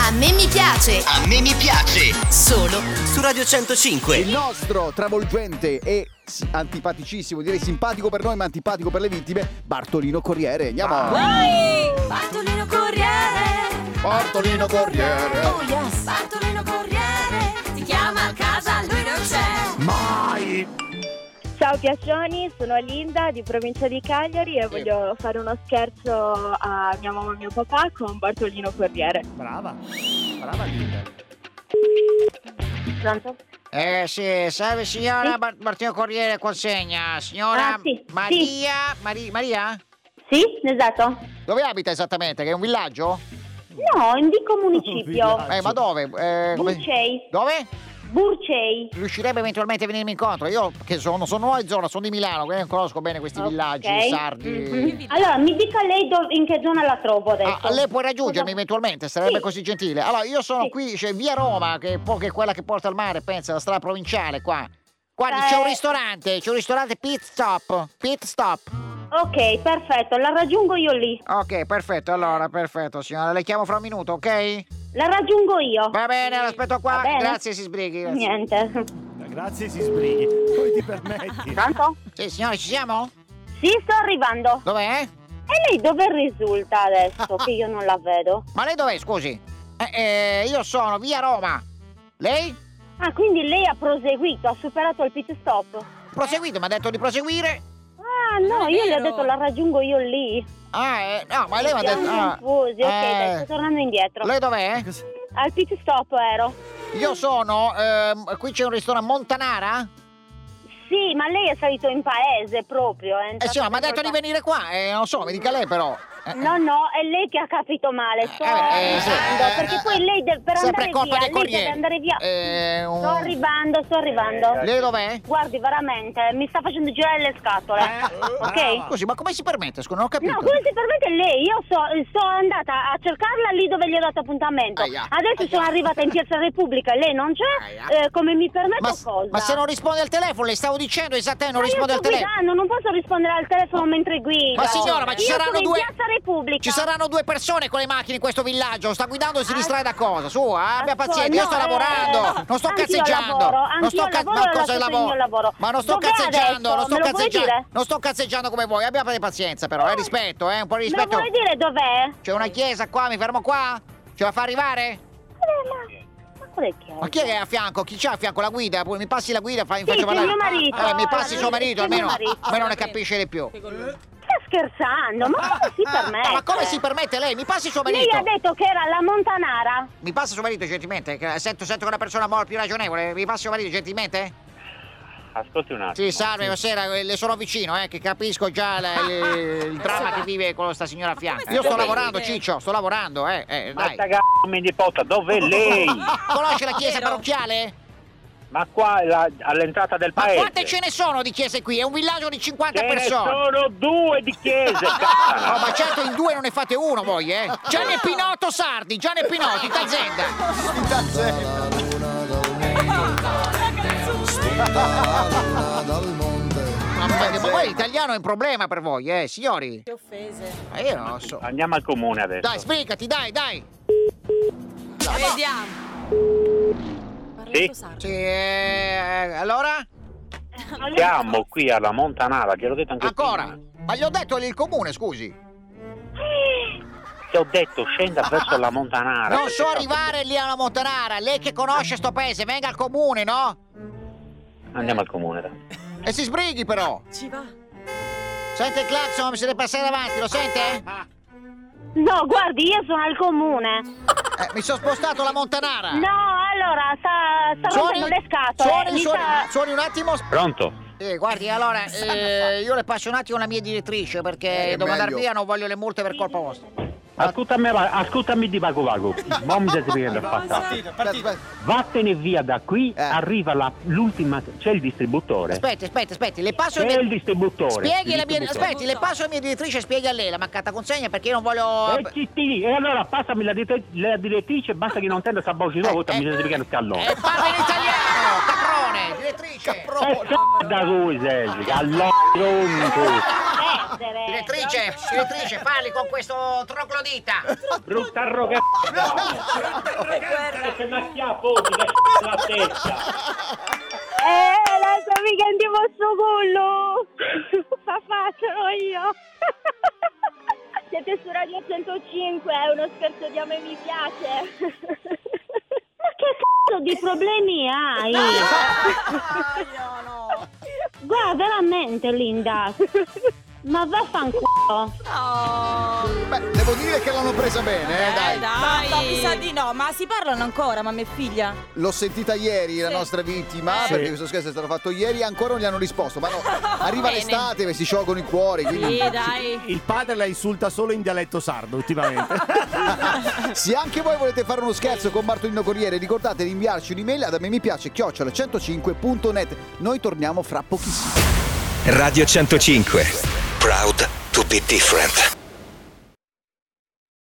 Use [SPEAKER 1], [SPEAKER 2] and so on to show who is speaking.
[SPEAKER 1] A me mi piace.
[SPEAKER 2] A me mi piace.
[SPEAKER 1] Solo
[SPEAKER 2] su Radio 105.
[SPEAKER 3] Il nostro travolgente e s- antipaticissimo, direi simpatico per noi ma antipatico per le vittime, Bartolino Corriere. Andiamo!
[SPEAKER 1] Ah.
[SPEAKER 4] Vai! Bartolino Corriere.
[SPEAKER 3] Bartolino
[SPEAKER 4] Oh yes. Bartolino Corriere. Ti chiama a casa, lui non c'è.
[SPEAKER 3] Mai!
[SPEAKER 5] Ciao Piaccioni, sono Linda di provincia di Cagliari e voglio fare uno scherzo a mia mamma e mio papà con Bartolino Corriere.
[SPEAKER 3] Brava! Brava Linda!
[SPEAKER 5] Pronto?
[SPEAKER 6] Eh sì, salve signora, Bar- Martino Corriere consegna, signora
[SPEAKER 5] Ah, sì,
[SPEAKER 6] Maria, Mari- Maria?
[SPEAKER 5] Sì, esatto.
[SPEAKER 6] Dove abita esattamente? Che è un villaggio?
[SPEAKER 5] No, indico municipio.
[SPEAKER 6] Eh, ma dove? Eh, come-
[SPEAKER 5] Burcei.
[SPEAKER 6] Dove?
[SPEAKER 5] Burcei.
[SPEAKER 6] Riuscirebbe eventualmente a venirmi incontro? Io che sono, sono nuovo in zona, sono di Milano, quindi non conosco bene questi
[SPEAKER 5] Ok.
[SPEAKER 6] villaggi sardi.
[SPEAKER 5] Mhm. Allora, mi dica lei dov- in che zona la trovo
[SPEAKER 6] Ah,
[SPEAKER 5] adesso.
[SPEAKER 6] lei può raggiungermi
[SPEAKER 5] Cosa-
[SPEAKER 6] eventualmente, sarebbe
[SPEAKER 5] Sì.
[SPEAKER 6] così gentile. Allora, io sono
[SPEAKER 5] Sì.
[SPEAKER 6] qui, c'è via Roma, che, è po- che è quella che porta al mare, pensa, la strada provinciale qua. Guardi, c'è un
[SPEAKER 5] Eh.
[SPEAKER 6] ristorante, c'è un ristorante Pit Stop, Pit Stop.
[SPEAKER 5] Ok, perfetto, la raggiungo io lì.
[SPEAKER 6] Ok, perfetto, allora, perfetto, signora. Le chiamo fra un minuto, ok?
[SPEAKER 5] La raggiungo io.
[SPEAKER 6] Va bene, l'aspetto
[SPEAKER 5] Va
[SPEAKER 6] qua.
[SPEAKER 5] bene.
[SPEAKER 6] Grazie, si sbrighi. grazie.
[SPEAKER 5] Niente.
[SPEAKER 7] Grazie, si sbrighi. Poi ti permetti.
[SPEAKER 5] Pronto?
[SPEAKER 6] Sì, signora, ci siamo?
[SPEAKER 5] Sì, sto arrivando.
[SPEAKER 6] Dov'è?
[SPEAKER 5] E lei dove risulta adesso? che io non la vedo.
[SPEAKER 6] Ma lei dov'è, scusi? Eh, eh, io sono via Roma. Lei?
[SPEAKER 5] Ah, quindi lei ha proseguito, ha superato il pit stop.
[SPEAKER 6] Proseguite, mi ha detto di proseguire.
[SPEAKER 5] Ah, no,
[SPEAKER 6] Eh,
[SPEAKER 4] è
[SPEAKER 5] io le ho
[SPEAKER 4] vero.
[SPEAKER 5] detto la raggiungo io lì.
[SPEAKER 6] Ah, eh, no, ma lei mi ha
[SPEAKER 5] Siamo
[SPEAKER 6] detto... ah,
[SPEAKER 5] confusi, ok,
[SPEAKER 6] eh,
[SPEAKER 5] dai, sto tornando indietro.
[SPEAKER 6] Lei dov'è?
[SPEAKER 5] Al pit stop ero.
[SPEAKER 6] Io sono... ehm, qui c'è un ristorante Montanara?
[SPEAKER 5] Sì, ma lei è salito in paese proprio. È
[SPEAKER 6] Eh, signora, mi ha detto
[SPEAKER 5] entrato
[SPEAKER 6] di
[SPEAKER 5] in
[SPEAKER 6] venire qua. Eh, non so, mi dica lei però. Eh,
[SPEAKER 5] No, no, è lei che ha capito male. Sto
[SPEAKER 6] eh, eh, sì,
[SPEAKER 5] arrivando,
[SPEAKER 6] eh,
[SPEAKER 5] Cioè, perché
[SPEAKER 6] eh,
[SPEAKER 5] poi lei deve, per
[SPEAKER 6] sempre
[SPEAKER 5] andare
[SPEAKER 6] colpa
[SPEAKER 5] via,
[SPEAKER 6] dei
[SPEAKER 5] lei deve
[SPEAKER 6] corrieri.
[SPEAKER 5] andare via.
[SPEAKER 6] Eh, un- Eh,
[SPEAKER 5] Sto arrivando, sto arrivando.
[SPEAKER 6] Lei dov'è?
[SPEAKER 5] Guardi, veramente, mi sta facendo girare le scatole. Eh,
[SPEAKER 6] Eh.
[SPEAKER 5] ok?
[SPEAKER 6] Scusi, ma come si permette? Scusa, non ho capito.
[SPEAKER 5] No, come si permette lei? Io so, sono andata a cercarla lì dove gli ho dato appuntamento.
[SPEAKER 6] Aia.
[SPEAKER 5] Adesso sono arrivata in Piazza Repubblica e lei non c'è.
[SPEAKER 6] Aia.
[SPEAKER 5] Eh, come mi permetto
[SPEAKER 6] Ma, s-
[SPEAKER 5] cosa?
[SPEAKER 6] ma se non risponde al telefono, le stavo dicendo esattamente, non
[SPEAKER 5] Ma
[SPEAKER 6] risponde
[SPEAKER 5] io
[SPEAKER 6] al
[SPEAKER 5] sto
[SPEAKER 6] telefono.
[SPEAKER 5] guidando, non posso rispondere al telefono mentre guido.
[SPEAKER 6] Ma signora, ma ci
[SPEAKER 5] Io
[SPEAKER 6] saranno
[SPEAKER 5] sono
[SPEAKER 6] due-
[SPEAKER 5] in Piazza Repubblica.
[SPEAKER 6] Ci saranno due persone con le macchine in questo villaggio. Sta guidando e si
[SPEAKER 5] Ah,
[SPEAKER 6] distrae da cosa? Su, abbia
[SPEAKER 5] Ascol-
[SPEAKER 6] pazienza. Io sto
[SPEAKER 5] no,
[SPEAKER 6] lavorando,
[SPEAKER 5] eh, no.
[SPEAKER 6] non sto
[SPEAKER 5] Anch'io
[SPEAKER 6] cazzeggiando.
[SPEAKER 5] lavoro,
[SPEAKER 6] non
[SPEAKER 5] anch'io
[SPEAKER 6] sto cazz-
[SPEAKER 5] lavoro,
[SPEAKER 6] ma cosa
[SPEAKER 5] lascio
[SPEAKER 6] il
[SPEAKER 5] il mio lavoro.
[SPEAKER 6] Ma non sto
[SPEAKER 5] Dov'è
[SPEAKER 6] cazzeggiando,
[SPEAKER 5] adesso?
[SPEAKER 6] non sto
[SPEAKER 5] Me lo vuoi
[SPEAKER 6] cazzeggiando.
[SPEAKER 5] dire?
[SPEAKER 6] Non sto cazzeggiando come voi. Abbia pazienza, però, eh, rispetto, eh, un po' di
[SPEAKER 5] Me lo
[SPEAKER 6] rispetto.
[SPEAKER 5] vuoi dire dov'è?
[SPEAKER 6] C'è una chiesa qua, mi fermo qua? Ce la fa arrivare?
[SPEAKER 5] Eh, Ma, ma qual è che
[SPEAKER 6] Ma chi è che è a fianco? Chi c'è a fianco? La guida? Pure Mi passi la guida? Fai, mi
[SPEAKER 5] Sì,
[SPEAKER 6] faccio
[SPEAKER 5] c'è
[SPEAKER 6] parlare.
[SPEAKER 5] mio marito.
[SPEAKER 6] Eh, mi passi
[SPEAKER 5] Allora,
[SPEAKER 6] suo marito,
[SPEAKER 5] sì, mio
[SPEAKER 6] almeno,
[SPEAKER 5] marito.
[SPEAKER 6] almeno ne capisce di più.
[SPEAKER 5] Sta scherzando, ma come si permette?
[SPEAKER 6] Ah, ma come si permette lei? Mi passi suo
[SPEAKER 5] Lei ha
[SPEAKER 6] marito?
[SPEAKER 5] detto che era la Montanara.
[SPEAKER 6] Mi passi suo marito gentilmente? Che Sento, sento che è una persona mo- più ragionevole. Mi passi suo marito gentilmente?
[SPEAKER 8] Ascolti un attimo.
[SPEAKER 6] Sì, salve, buonasera, eh, le sono vicino, eh, che capisco già la- il, il dramma che vive con sta signora a fianco.
[SPEAKER 4] come
[SPEAKER 6] Io
[SPEAKER 4] si
[SPEAKER 6] sto
[SPEAKER 4] dovete?
[SPEAKER 6] lavorando, Ciccio, sto lavorando, eh, eh,
[SPEAKER 8] Ma
[SPEAKER 6] dai.
[SPEAKER 8] sta c***o di porta, dov'è lei?
[SPEAKER 6] Conosce la chiesa
[SPEAKER 4] Vero.
[SPEAKER 6] parrocchiale?
[SPEAKER 8] Ma qua la- all'entrata del
[SPEAKER 6] Ma
[SPEAKER 8] paese.
[SPEAKER 6] quante ce ne sono di chiese qui? È un villaggio di 50
[SPEAKER 8] Ce ne
[SPEAKER 6] persone.
[SPEAKER 8] sono due di chiese.
[SPEAKER 6] No,
[SPEAKER 8] c***o.
[SPEAKER 6] ma certo in due non ne fate uno voi, eh! Gianni Pinotto Sardi, Gianni Pinotto, t'azienda! Mamma mia, ma poi l'italiano è un problema per voi, eh, signori!
[SPEAKER 4] Che offese.
[SPEAKER 6] Ma io non lo so.
[SPEAKER 8] Andiamo al comune adesso.
[SPEAKER 6] Dai, sbrigati, dai, dai!
[SPEAKER 4] Vediamo.
[SPEAKER 8] Sì.
[SPEAKER 4] Parlando sardo.
[SPEAKER 6] Sì, eh, allora?
[SPEAKER 8] Siamo qui alla Montanara, gliel'ho detto anche
[SPEAKER 6] Ancora?
[SPEAKER 8] prima.
[SPEAKER 6] Ma gli ho detto lì il comune, scusi!
[SPEAKER 8] Ti ho detto scenda verso la Montanara.
[SPEAKER 6] Non so arrivare lì alla Montanara, lei che conosce sto paese, venga al comune, no?
[SPEAKER 8] Andiamo al comune. dai.
[SPEAKER 6] E si sbrighi però!
[SPEAKER 4] Ci va.
[SPEAKER 6] Sente il clacson, mi siete passati avanti, lo sente?
[SPEAKER 5] No, guardi, io sono al comune.
[SPEAKER 6] Eh, mi sono spostato alla Montanara!
[SPEAKER 5] No, allora, sta, sta rompendo le scatole.
[SPEAKER 6] Ah. suoni,
[SPEAKER 5] mi
[SPEAKER 6] suoni-
[SPEAKER 5] sta-
[SPEAKER 6] suoni un attimo.
[SPEAKER 8] Pronto?
[SPEAKER 6] Eh, guardi, allora, eh, io le passo un attimo la mia direttrice perché
[SPEAKER 3] Eh,
[SPEAKER 6] devo andare
[SPEAKER 3] meglio.
[SPEAKER 6] via, non voglio le multe per colpa vostra.
[SPEAKER 8] Ascoltami, ascoltami di vago vago. Ma mi stai spiegando il fatto.
[SPEAKER 3] Aspetta, aspetta.
[SPEAKER 8] Vattene via da qui,
[SPEAKER 3] Eh.
[SPEAKER 8] arriva la- l'ultima. C'è il distributore.
[SPEAKER 6] Aspetti, aspetti, aspetti, le passo
[SPEAKER 8] C'è
[SPEAKER 6] la mia...
[SPEAKER 8] il distributore.
[SPEAKER 6] Spieghi
[SPEAKER 8] Il
[SPEAKER 6] la mia...
[SPEAKER 8] distributore.
[SPEAKER 6] Aspetti, le passo la mia direttrice e spieghi a lei la mancata consegna perché io non voglio...
[SPEAKER 8] E, chi ti- e allora passami la, dire- la direttrice, basta che non tenda sta voce di nuovo, mi stai spiegando il
[SPEAKER 6] Eh,
[SPEAKER 8] callone.
[SPEAKER 6] parla in italiano,
[SPEAKER 8] Eh,
[SPEAKER 6] caprone, direttrice. Ah,
[SPEAKER 8] E c***o da voi, Sergio, all'orunco.
[SPEAKER 5] Eh, ridere.
[SPEAKER 6] Direttrice,
[SPEAKER 5] Pronto?
[SPEAKER 6] direttrice, parli con questo troglodita.
[SPEAKER 8] Brutta arrogante. Che mi schiaffo la testa.
[SPEAKER 5] Eh, la sua amica di vostro culo! Papà, sono io! Siete su Radio 105, è uno scherzo di a me mi piace! Ma che cazzo di problemi hai? Guarda, veramente, Linda! Ma vaffanculo!
[SPEAKER 3] Beh, devo dire che l'hanno presa bene, eh, dai.
[SPEAKER 1] Dai. No, mi sa di no, ma si parlano ancora, mamma e figlia.
[SPEAKER 3] L'ho sentita ieri la
[SPEAKER 1] Sì.
[SPEAKER 3] nostra vittima,
[SPEAKER 1] Sì.
[SPEAKER 3] perché questo scherzo è stato fatto ieri e ancora non gli hanno risposto. Ma no, arriva
[SPEAKER 1] Bene.
[SPEAKER 3] l'estate e si sciolgono i cuori, quindi
[SPEAKER 1] Sì, dai.
[SPEAKER 7] Il padre la insulta solo in dialetto sardo ultimamente.
[SPEAKER 3] Se anche voi volete fare uno scherzo con Bartolino Corriere, ricordate di inviarci un'email ad me mi piace chiocciola 105.net. Noi torniamo fra pochissimo.
[SPEAKER 2] Radio 105. Proud to be different.